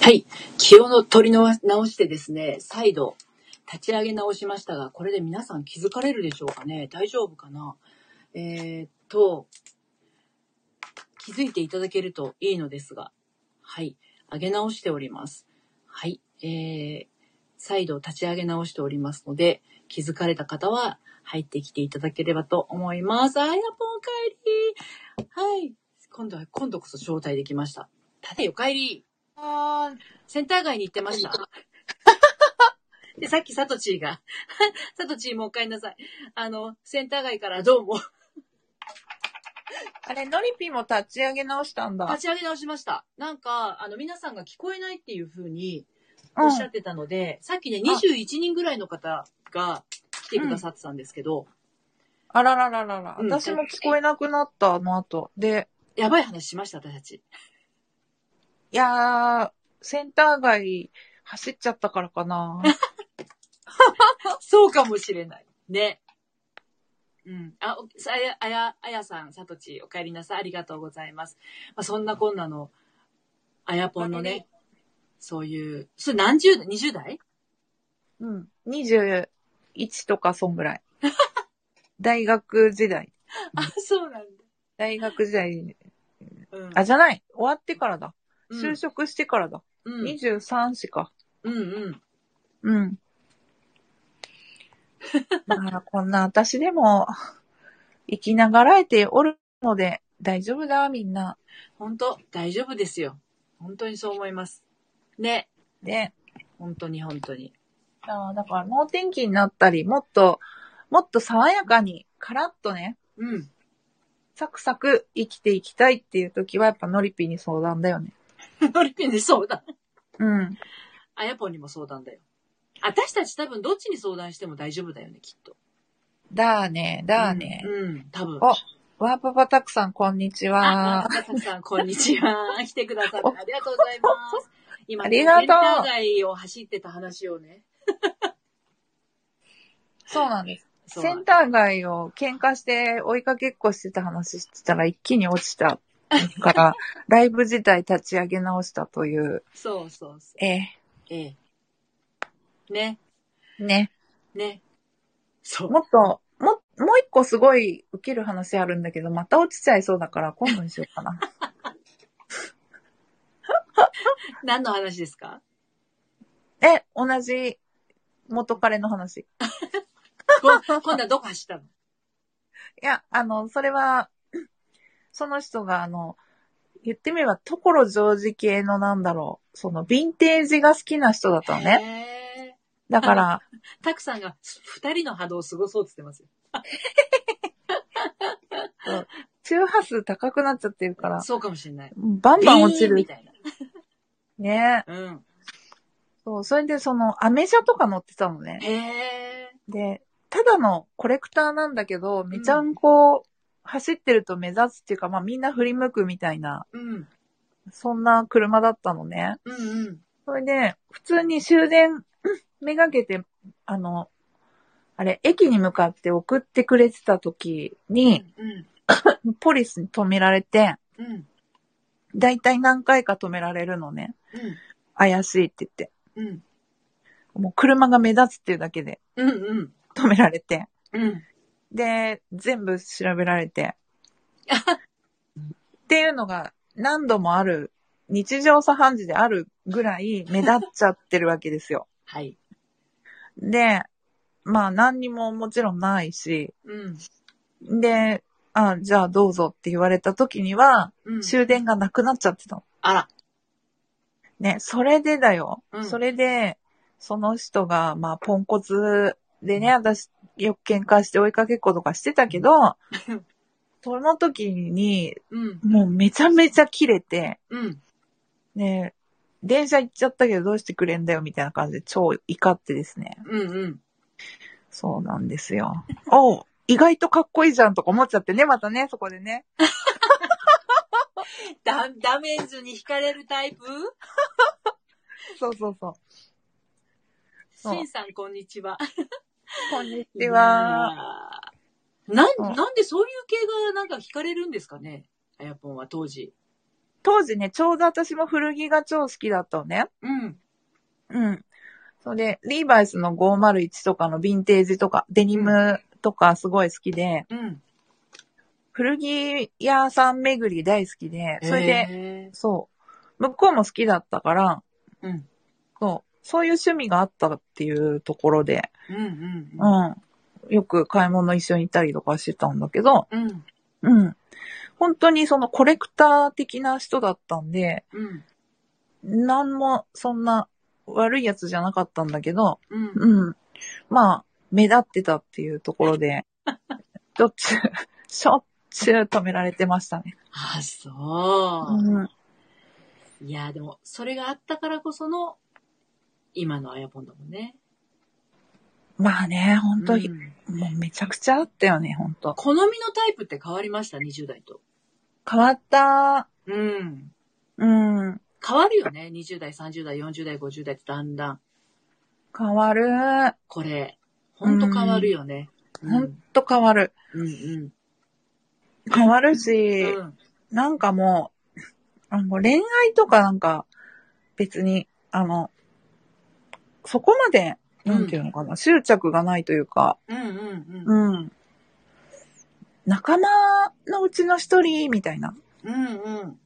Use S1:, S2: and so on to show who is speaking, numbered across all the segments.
S1: はい。気をの取りの直してですね、再度立ち上げ直しましたが、これで皆さん気づかれるでしょうかね大丈夫かなえーっと、気づいていただけるといいのですが、はい。上げ直しております。はい。えー、再度立ち上げ直しておりますので、気づかれた方は入ってきていただければと思います。あやぽんお帰り。はい。今度は、今度こそ招待できました。ただいお帰り。
S2: あー、
S1: センター街に行ってました。 で、さっきサトチーが、 サトチーもお帰りなさい。あの、センター街からどうも、
S2: あれ、ノリピも立ち上げ直したんだ。
S1: 立ち上げ直しました。なんか、あの、皆さんが聞こえないっていう風に
S2: う
S1: おっ
S2: ん。
S1: しゃってたので、さっきね、
S2: あ
S1: 21人ぐらいの方が来てくださってたんですけど、
S2: あららららら。
S1: うん
S2: 私も聞こえなくなった、あの後。で、
S1: やばい話しました、私たち。
S2: いやー、センター街走っちゃったからか な。
S1: そうかもしれない。ね。うん。あ、おさあや、あや、あやさん、さとち、お帰りなさい。ありがとうございます。まあ、そんなこんなの、あやぽんのね、そういう、それ何十代 ?20 代
S2: うん。21とかそんぐ らい。大学時代。
S1: あ、そうなんだ。
S2: 大学時代。
S1: うん。
S2: あ、じゃない。終わってからだ。
S1: うん
S2: 就職してからだ。
S1: うん。
S2: 23しか。
S1: うんうん。
S2: うん。だからこんな私でも生きながらえておるので大丈夫だわみんな。
S1: 本当大丈夫ですよ。本当にそう思います。ね。
S2: で、
S1: 本当に本当に。
S2: あーだから脳天気になったり、もっと、もっと爽やかに、カラッとね、
S1: うん。
S2: サクサク生きていきたいっていう時はやっぱノリピーに相談だよね。
S1: ノリピンに相談。
S2: うん。
S1: あやぽんにも相談だよ。私たち多分どっちに相談しても大丈夫だよね、きっと。
S2: だね、だね。
S1: うん、多分。
S2: おわーパパたくさんこんにち
S1: あ、
S2: は。
S1: 中田さん、こんにち は。来てくださってありがとうございます。今、
S2: ありがとう
S1: センター街を走ってた話をね。
S2: そうなんです。
S1: そう
S2: センター街を喧嘩して追いかけっこしてた話してたら一気に落ちたから、ライブ自体立ち上げ直したという、
S1: そうそうそう。
S2: え
S1: ええ。ね、
S2: え、ね。
S1: ね。そう。
S2: もっと、も、もう一個すごい受ける話あるんだけど、また落ちちゃいそうだから今度にしようかな。
S1: 何の話ですか
S2: え、同じ元彼の話。い
S1: こ今度はどこ走った の
S2: や、あの、それは、 その人があの、言ってみれば、ところジョージ系のなんだろう、その、ヴィンテージが好きな人だったのね。
S1: ね。
S2: だから、
S1: たくさんが二人の波動を過ごそうって言ってますよ。
S2: 周波数高くなっちゃってるから、
S1: そうかもしれない。
S2: バンバン落ち
S1: ビーンみ
S2: る。
S1: たいな。
S2: ね
S1: うん。
S2: そう、それでその、アメ車とか乗ってたのね。
S1: へえ。
S2: で、ただのコレクターなんだけど、めちゃんこ、走ってると目立つっていうか、まあみんな振り向くみたいな、
S1: うん。
S2: そんな車だったのね。
S1: うんうん。
S2: それで、普通に終電、めがけて、あの、あれ、駅に向かって送ってくれてた時に、
S1: うん。
S2: ポリスに止められて、
S1: うん。
S2: だいたい何回か止められるのね。
S1: うん。
S2: 怪しいって言って。
S1: うん。
S2: もう車が目立つっていうだけで
S1: うん。うん。
S2: 止められて。
S1: うん。
S2: で、全部調べら れて。っていうのが何度もある、日常茶飯事であるぐらい目立っちゃってるわけですよ。
S1: はい。
S2: で、まあ何にももちろんないし、
S1: うん。
S2: で、あ、じゃあどうぞって言われた時には、
S1: うん。
S2: 終電がなくなっちゃってたの。
S1: あら。
S2: ね、それでだよ。
S1: うん
S2: それで、その人が、まあポンコツでね、私よく喧嘩して追いかけっことかしてた けど、その時に、
S1: うん。
S2: もうめちゃめちゃ切れて、
S1: うん。
S2: ね、電車行っちゃったけどどうしてくれんだよみたいな感じで超怒ってですね。
S1: うん。うん。
S2: そうなんで すよ。おう意外とかっこいいじゃんとか思っちゃってね、またね、そこでね。
S1: ダ、ダメージに惹かれるタイプ
S2: そうそうそう。そう
S1: しんさん、こんにちは。
S2: こんに
S1: い
S2: ち
S1: やー
S2: は。
S1: な、
S2: そうん
S1: なんでそういう系がなんか惹かれるんですかねあやぽんは当時。
S2: 当時ね、ちょうど私も古着が超好きだったのね。
S1: うん。
S2: うん。それで、リーバイスの501とかのヴィンテージとか、デニムとかすごい好きで、
S1: うん。
S2: 古着屋さん巡り大好きで、それで、
S1: で、
S2: そう、向こうも好きだったから、
S1: うん。
S2: そう、そういう趣味があったっていうところで、
S1: うんうんうん。
S2: うん。よく買い物一緒に行ったりとかしてたんだけど、
S1: うん。
S2: うん。本当にそのコレクター的な人だったんで、
S1: うん。
S2: なんもそんな悪いやつじゃなかったんだけど、
S1: うん。
S2: うん。まあ、目立ってたっていうとこ ろで、しょっちゅう、しょっちゅう止められてましたね。
S1: あ、そう。
S2: うん。
S1: いや、でも、それがあったからこその、今のアヤポンだもんね。
S2: まあね、本当、
S1: う
S2: に
S1: ん
S2: もうめちゃくちゃあったよね、本当
S1: 好みのタイプって変わりました、20代と。
S2: 変わった。
S1: うん。
S2: うん。
S1: 変わるよね。20代、30代、40代、50代ってだんだん。
S2: 変わる。
S1: これ、ほんと変わるよね。う
S2: ほん
S1: ん。
S2: と変わる。
S1: うんうん。
S2: 変わるし、
S1: うん。
S2: なんかもう、あの恋愛とかなんか、別に、あの、そこまで、なんていうのかな、執着がないというか、
S1: うんうんうん。
S2: うん。仲間のうちの一人みたいな。
S1: うんうん。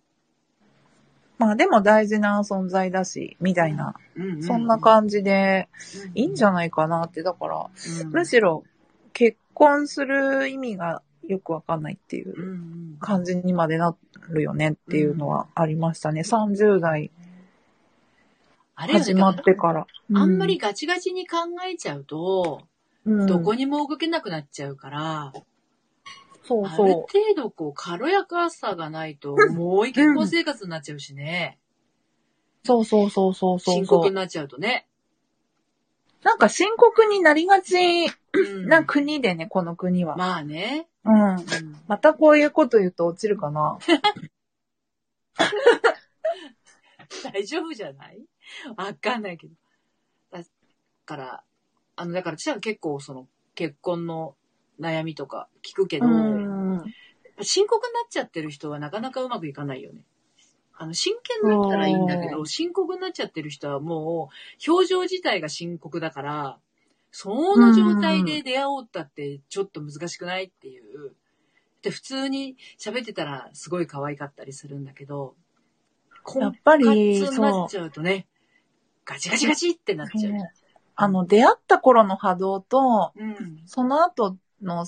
S2: まあでも大事な存在だし、みたいな。
S1: うんうん。
S2: そんな感じで、いいんじ
S1: ゃ、
S2: ゃないかなって。だから、
S1: うん、
S2: むしろ、結婚する意味がよくわかんないっていう
S1: うんうん。
S2: 感じにまでなるよねっていうのはありましたね。30代
S1: あれよね
S2: 始まってから。
S1: あんまりガチガチに考えちゃうと、
S2: うん、
S1: どこ
S2: に
S1: にも動けなくなっちゃうから、
S2: そう
S1: ある
S2: そ
S1: 程度こう軽やかさがないと、もうい結婚生活になっちゃうしね。
S2: う。そうそうそうそうそう
S1: 深刻
S2: そ
S1: に
S2: う。
S1: なっちゃうとね。
S2: なんか深刻になりがち
S1: うん
S2: な国でね、この国は。
S1: まあね。
S2: うん。
S1: うん
S2: またこういうこと言うと落ちるかな。
S1: 大丈夫じゃないわかんないけど。だから、あの、だから私は結構その結婚の悩みとか聞くけど、
S2: うん。
S1: 深刻になっちゃってる人はなかなかうまくいかないよね。あの、真剣だったらいいんだけ
S2: う
S1: ど、深刻になっちゃってる人はもう、表情自体が深刻だから、その状態で出会おうったってちょっと難しくないっていう。で、普通に喋ってたらすごい可愛かったりするんだけど、
S2: やっぱり
S1: 婚活になっちゃうとね、ガチガチガチってなっちゃう。
S2: あの、出会った頃の波動と、
S1: うん。
S2: その後の、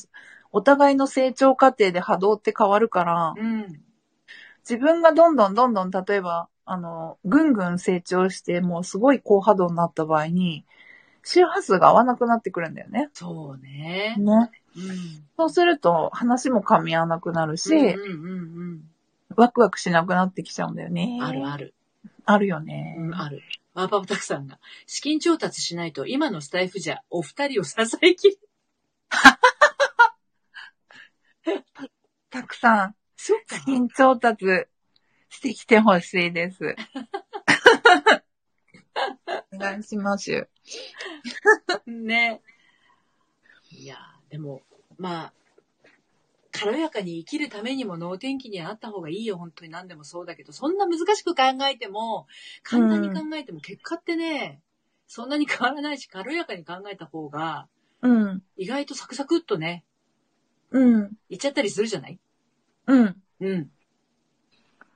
S2: お互いの成長過程で波動って変わるから、
S1: うん。
S2: 自分がどんどんどんどん、例えば、あの、ぐんぐん成長して、もうすごい高波動になった場合に、周波数が合わなくなってくるんだよね。
S1: そうね。
S2: ね。
S1: うん。
S2: そうすると、話も噛み合わなくなるし、
S1: うんうん
S2: ワクワクしなくなってきちゃうんだよね
S1: う。ん。あるある。
S2: あるよね。
S1: うん、ある。ワーパーオタクさんが、資金調達しないと今のスタイフじゃお二人を支えきれ、
S2: たくさん、
S1: そうか
S2: 資金調達してきてほし いです。お願いします。
S1: ね。いやー、でも、まあ、軽やかに生きるためにも脳天気にはなった方がいいよ、本当に何でもそうだけど、そんな難しく考えても、簡単に考えても結果ってね、そんなに変わらないし、軽やかに考えた方が、
S2: うん。
S1: 意外とサクサクっとね、
S2: うん。
S1: いっちゃったりするじゃない
S2: うん。
S1: うん。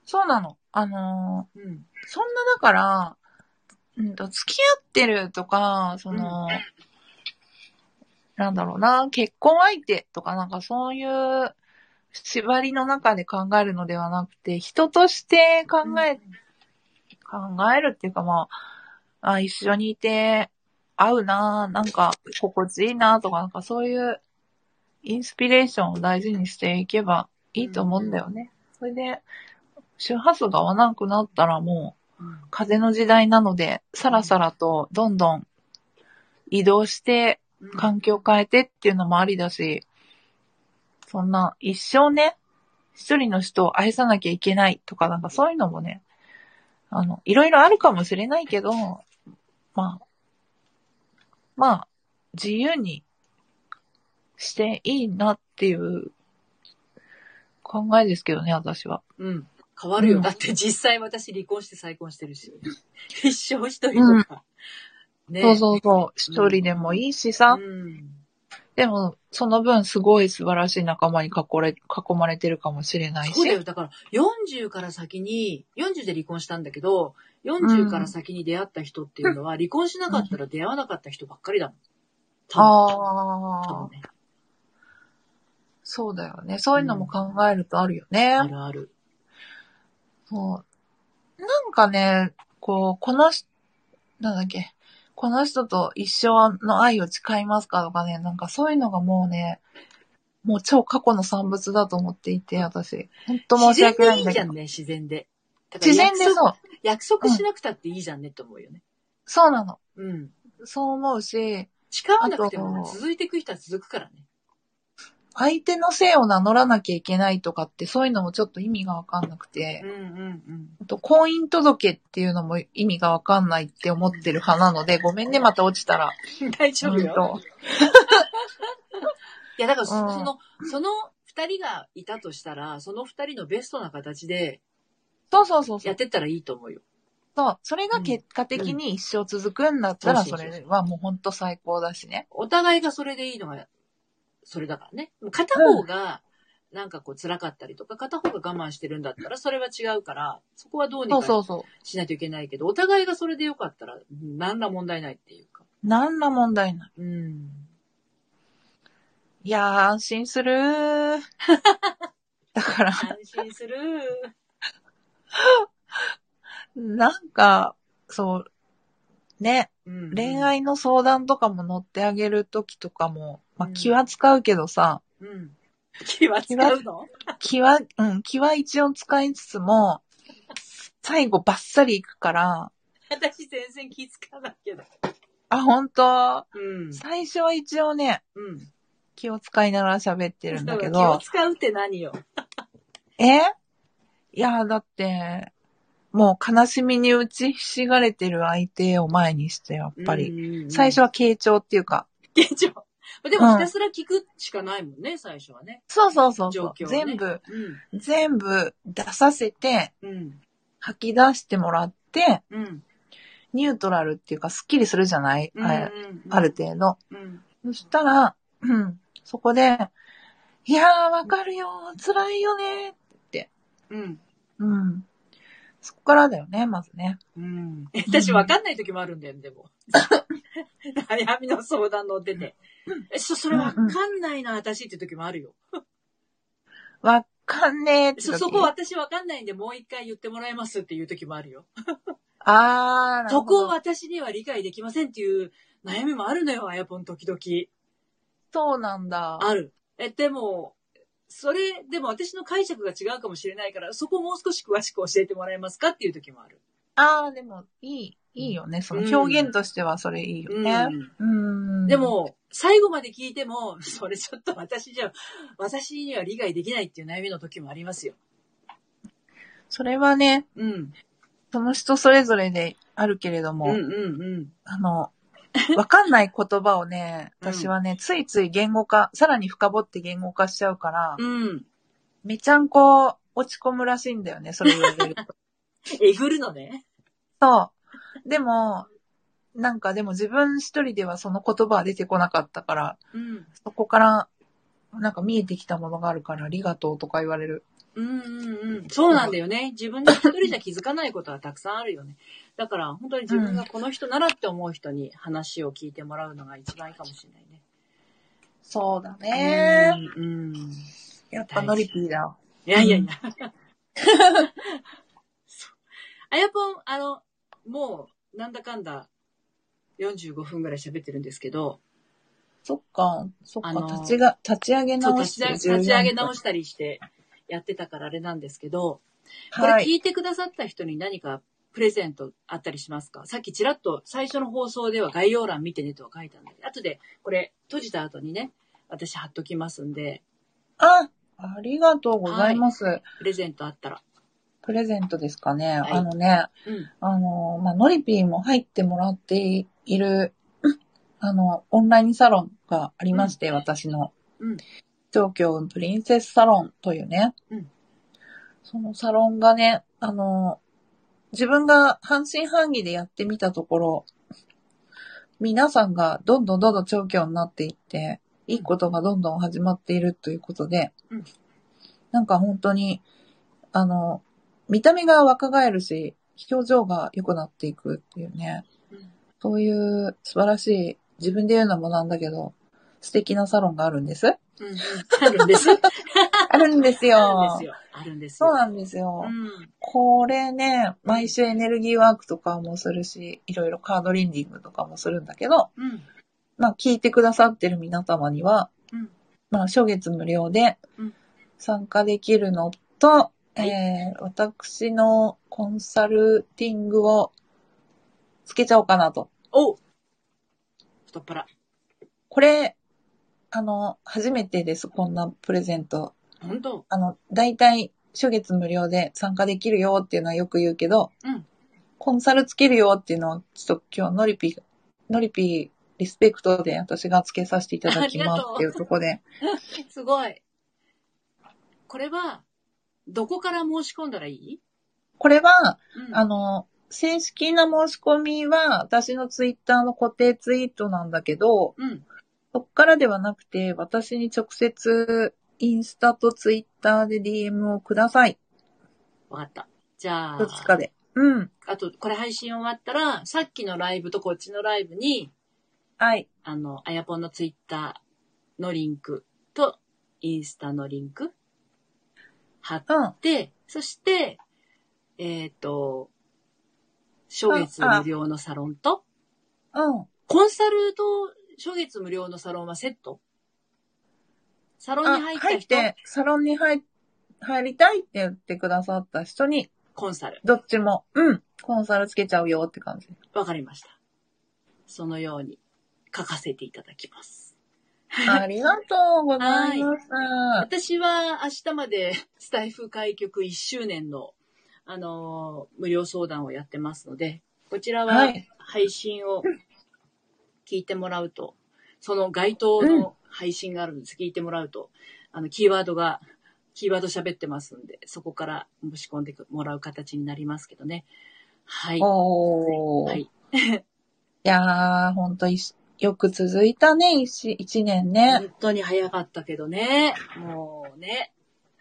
S2: そうなの。あのー
S1: うん。
S2: そんなだから、うんと、付き合ってるとか、その、なんだろうな、結婚相手とかなんかそういう縛りの中で考えるのではなくて、人として考え、考えるっていうかまあ、あ一緒にいて、合うな、なんか心地いいなとか、なんかそういうインスピレーションを大事にしていけばいいと思うんだよね。それで、周波数が合わなくなったらもう、
S1: うん
S2: 風の時代なので、さらさらとどんどん移動して、
S1: うん
S2: 環境変えてっていうのもありだし、そんな一生ね、一人の人を愛さなきゃいけないとかなんかそういうのもね、あの、いろいろあるかもしれないけど、まあ、まあ、自由にしていいなっていう考えですけどね、私は。
S1: うん。変わるよ。
S2: うん
S1: だって実際私離婚して再婚してるし。一生一人とか。ね
S2: そうそうそう。一人でもいいしさ。
S1: うん。
S2: でも、その分すごい素晴らしい仲間に囲れ、囲まれてるかもしれない
S1: そうだよ。
S2: し。
S1: だから、40から先に、40で離婚したんだけど、40から先に出会った人っていうのは、離婚しなかったら出会わなかった人ばっかりだもん。多分多
S2: ああ
S1: 分、ね。
S2: そうだよね。そういうのも考えるとあるよね。
S1: あるある。
S2: そう。なんかね、こう、この人、なんだっけ、この人と一生の愛を誓いますかとかね、なんかそういうのがもうね、もう超過去の産物だと思っていて、私。本当申
S1: 自
S2: し
S1: 然
S2: 訳な
S1: でい
S2: いん
S1: い
S2: だ
S1: じ
S2: け
S1: ゃ
S2: ど
S1: ん。ね、自然で。だから
S2: 自然で
S1: 約束
S2: そう。
S1: 約束しなくたっていいじゃんねって思うよね。
S2: そうなの。
S1: うん。
S2: そう思うし、
S1: 誓わなくても
S2: あと
S1: 続いていく人は続くからね。
S2: 相手の姓を名乗らなきゃいけないとかって、そういうのもちょっと意味がわかんなくて
S1: う、んうん
S2: あと婚姻届っていうのも意味がわかんないって思ってる派なので、ごめんね、また落ちたら。
S1: うん。大丈夫
S2: うん
S1: よ。
S2: と
S1: いや、だからそ、
S2: うん
S1: その、その二人がいたとしたら、その二人のベストな形で
S2: そうそうそうそう
S1: やっ。てったらいいと思うよ。
S2: そう、それが結果的に一生続くんだった
S1: う
S2: ら、
S1: ん
S2: それはもうほんと最高だしね。
S1: お互いがそれでいいのが、それだからね。もう片方が、なんかこう辛かったりとか、片方が我慢してるんだったら、それは違うから、そこはどうに
S2: そうそ
S1: か
S2: うそ
S1: しないといけないけど、お互いがそれでよかったら、何ら問題ないっていうか。
S2: う。なんら問題ない。
S1: うん。
S2: いやー、安心する ー。だから、
S1: 安心する。
S2: なんか、そう、ね、
S1: うん
S2: 恋。愛の相談とかも乗ってあげるときとかも、まあ
S1: うん
S2: 気は使うけどさ、
S1: うん。気は使うの
S2: 気は、うん、気は一応使いつつも、最後バッサリいくから、
S1: 私全然気使わないけど。
S2: あ、ほんと、
S1: うん。
S2: 最初は一応ね、
S1: うん。
S2: 気を使いながら喋ってるんだけど、
S1: 気を使うって何よ。
S2: えいや、だって、もう悲しみに打ちひしがれてる相手を前にして、やっぱり。
S1: り
S2: 最初
S1: は。
S2: は傾聴っていうか。
S1: 現状。 でもひたすら聞くしかないもんね、最初はね。
S2: そうそうそう
S1: 状
S2: そう、
S1: 況をね
S2: 全部、
S1: うん。
S2: 全部出させて、
S1: うん。
S2: 吐き出してもらって、
S1: うん。
S2: ニュートラルっていうか、スッキリするじゃない、
S1: うん
S2: あある。程度。
S1: うん。
S2: そしたら、うん、そこで、いやー、わかるよー、辛いよねー。
S1: うん。
S2: うん。そこからだよね、まずね。
S1: うん。私わかんない時もあるんだよね、でも。 悩みの相談乗ってて。え、そ、それわかんないな、私って時もあるよ。
S2: わかんねーって時
S1: そ、そこ私わかんないんで、もう一回言ってもらえますっていう時もあるよ。
S2: あー、なる
S1: そ
S2: ほど
S1: こを私には理解できませんっていう悩みもあるのよ、あやぽん時々。
S2: そうなんだ。
S1: ある。え、でも、それ、でも私の解釈が違うかもしれないから、そこもう少し詳しく教えてもらえますかっていう時もある。
S2: ああ、でも、いい、いいよね。その表現としてはそれいいよね。うん。
S1: で、も、最後まで聞いても、 それちょっと私じゃ、私には理解できないっていう悩みの時もありますよ。
S2: それはね、
S1: うん。
S2: その人それぞれであるけれど
S1: う
S2: も、
S1: んうんうん。
S2: あの、わかんない言葉をね、
S1: うん
S2: 私はね、ついつい言語化、さらに深掘って言語化しちゃうから、
S1: うん。
S2: めちゃんこ落ち込むらしいんだよね、それ言わ れると。
S1: えぐるのね。
S2: そう。でも、なんかでも自分一人ではその言葉は出てこなかったから、
S1: うん。
S2: そこから、なんか見えてきたものがあるから、ありがとうとか言われる。
S1: うんうんうん。そうなんだよね。自分で一人じゃ気づかないことはたくさんあるよね。だから、本当に自分がこの人ならって思う人に話を聞いてもらうのが一番いいかもしれないね。
S2: そうだ
S1: え
S2: ね。
S1: うん。い
S2: やっぱノリピーだ。
S1: やいやいや。そうあやぽん、あの、もう、なんだかんだ、45分ぐらい喋ってるんですけど、
S2: そっか、そっ
S1: あ
S2: か、
S1: のー
S2: 立ちが、立ち上げ
S1: そう
S2: 直
S1: 立
S2: し
S1: ち上
S2: て
S1: げ立ち上げ直したりしてやってたからあれなんですけど、これ
S2: は
S1: 聞
S2: い。
S1: いてくださった人に何かプレゼントあったりしますかさっきちらっと最初の放送では概要欄見てねとは書いたんだけど、後でこれ閉じた後にね、私貼っときますんで、
S2: あ、ありがとうございます。
S1: プレゼントあったら。
S2: プレゼントですかね。
S1: はい
S2: あのね、
S1: うん。
S2: あのー、まあ、ノリピーも入ってもらっている、あの、オンラインサロンがありまして、私の。
S1: うん
S2: 東京プリンセスサロンというね。
S1: うん
S2: そのサロンがね、あの、自分が半信半疑でやってみたところ、皆さんがどんどんどんどん長距になっていって、いいことがどんどん始まっているということで、
S1: うん
S2: なんか本当に、あの、見た目が若返るし、表情が良くなっていくっていうね、
S1: うん
S2: そういう素晴らしい、自分で言うのもなんだけど、素敵なサロンがあるんです。
S1: うんうんあるん です。
S2: あるんですよ。
S1: あるんですよ。あるんです
S2: そう
S1: よ。
S2: なんですよ。
S1: うん。
S2: これね、毎週エネルギーワークとかもするし、いろいろカードリンディングとかもするんだけど、
S1: うん。
S2: まあ聞いてくださってる皆様には、
S1: うん
S2: まあ初月無料で
S1: うん
S2: 参加できるのと、
S1: い
S2: えー私のコンサルティングをつけちゃおうかなと。
S1: おう太っ腹。
S2: これ、あの、初めてです、こんなプレゼント。
S1: 本当
S2: あの、大体、初月無料で参加できるよっていうのはよく言うけど、
S1: うん
S2: コンサルつけるよっていうのは、ちょっと今日、ノリピ、ノリピリスペクトで私がつけさせていただきますっていうところで、
S1: すごい。これは、どこから申し込んだらいい
S2: これは、
S1: うん。
S2: あの、正式な申し込みは、私のツイッターの固定ツイートなんだけど、
S1: うん。
S2: そっからではなくて、私に直接、インスタとツイッターで DM をください。
S1: わかった。じゃあ
S2: ど、っちかで。うん。
S1: あと、これ配信終わったら、さっきのライブとこっちのライブに、
S2: はい。
S1: あの、あやぽんのツイッターのリンクと、インスタのリンク貼っ
S2: うん。
S1: て、そして、えっ、と、初月無料のサロンと、
S2: うん。
S1: コンサルと初月無料のサロンはセットサロンに入った人、
S2: あ入って、サロンに入、入りたいって言ってくださった人に、
S1: コンサル。
S2: どっちも、うん、コンサルつけちゃうよって感 じ。
S1: わかりました。そのように書かせていただきます。
S2: ありがとうございます。
S1: 私は明日までスタイフ開局1周年の、あのー無料相談をやってますので、こちら
S2: は
S1: はい配信を聞いてもらうと、その該当の配信があるんです。聞いてもらうと、あの、キーワードが、キーワード喋ってますんで、そこから申し込んでもらう形になりますけどね。はい。
S2: おー。、
S1: はいい。
S2: やー、ほんといし、よく続いたね、一一年ね。
S1: 本当に早かったけどね。もうね。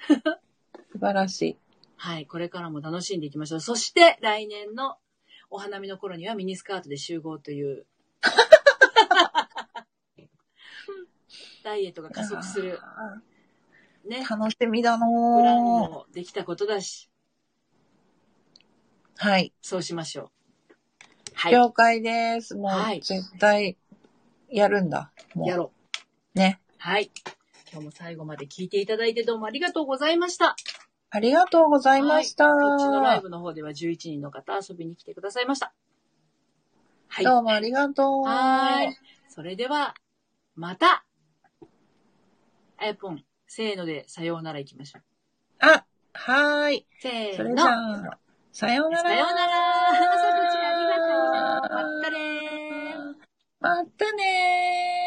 S2: 素晴らしい。
S1: はい、これからも楽しんでいきましょう。そして、来年のお花見の頃にはミニスカートで集合という。ダイエットが加速する。
S2: あ
S1: ね。
S2: ー。楽しみだ
S1: プラン
S2: のー。
S1: もできたことだし、
S2: はい。
S1: そうしましょう。はい。
S2: 了解です。も
S1: は
S2: う、
S1: い
S2: 絶対、やるんだ。も
S1: や
S2: う、
S1: ろう。
S2: ね。
S1: はい。今日も最後まで聞いていただいてどうもありがとうございました。
S2: ありがとうございました。
S1: こっちのライブの方では11人の方遊びに来てくださいました。はい。
S2: どうもありがとう。
S1: はーい。それでは、またあやぽん、せーのでさようなら行きましょう。
S2: あ、はーい。
S1: せ
S2: そ
S1: ー
S2: れ
S1: の。
S2: じゃ
S1: さよ
S2: あ、さよう
S1: う
S2: な
S1: な
S2: ら。
S1: ら。 ありがとう。またねー。
S2: またねー。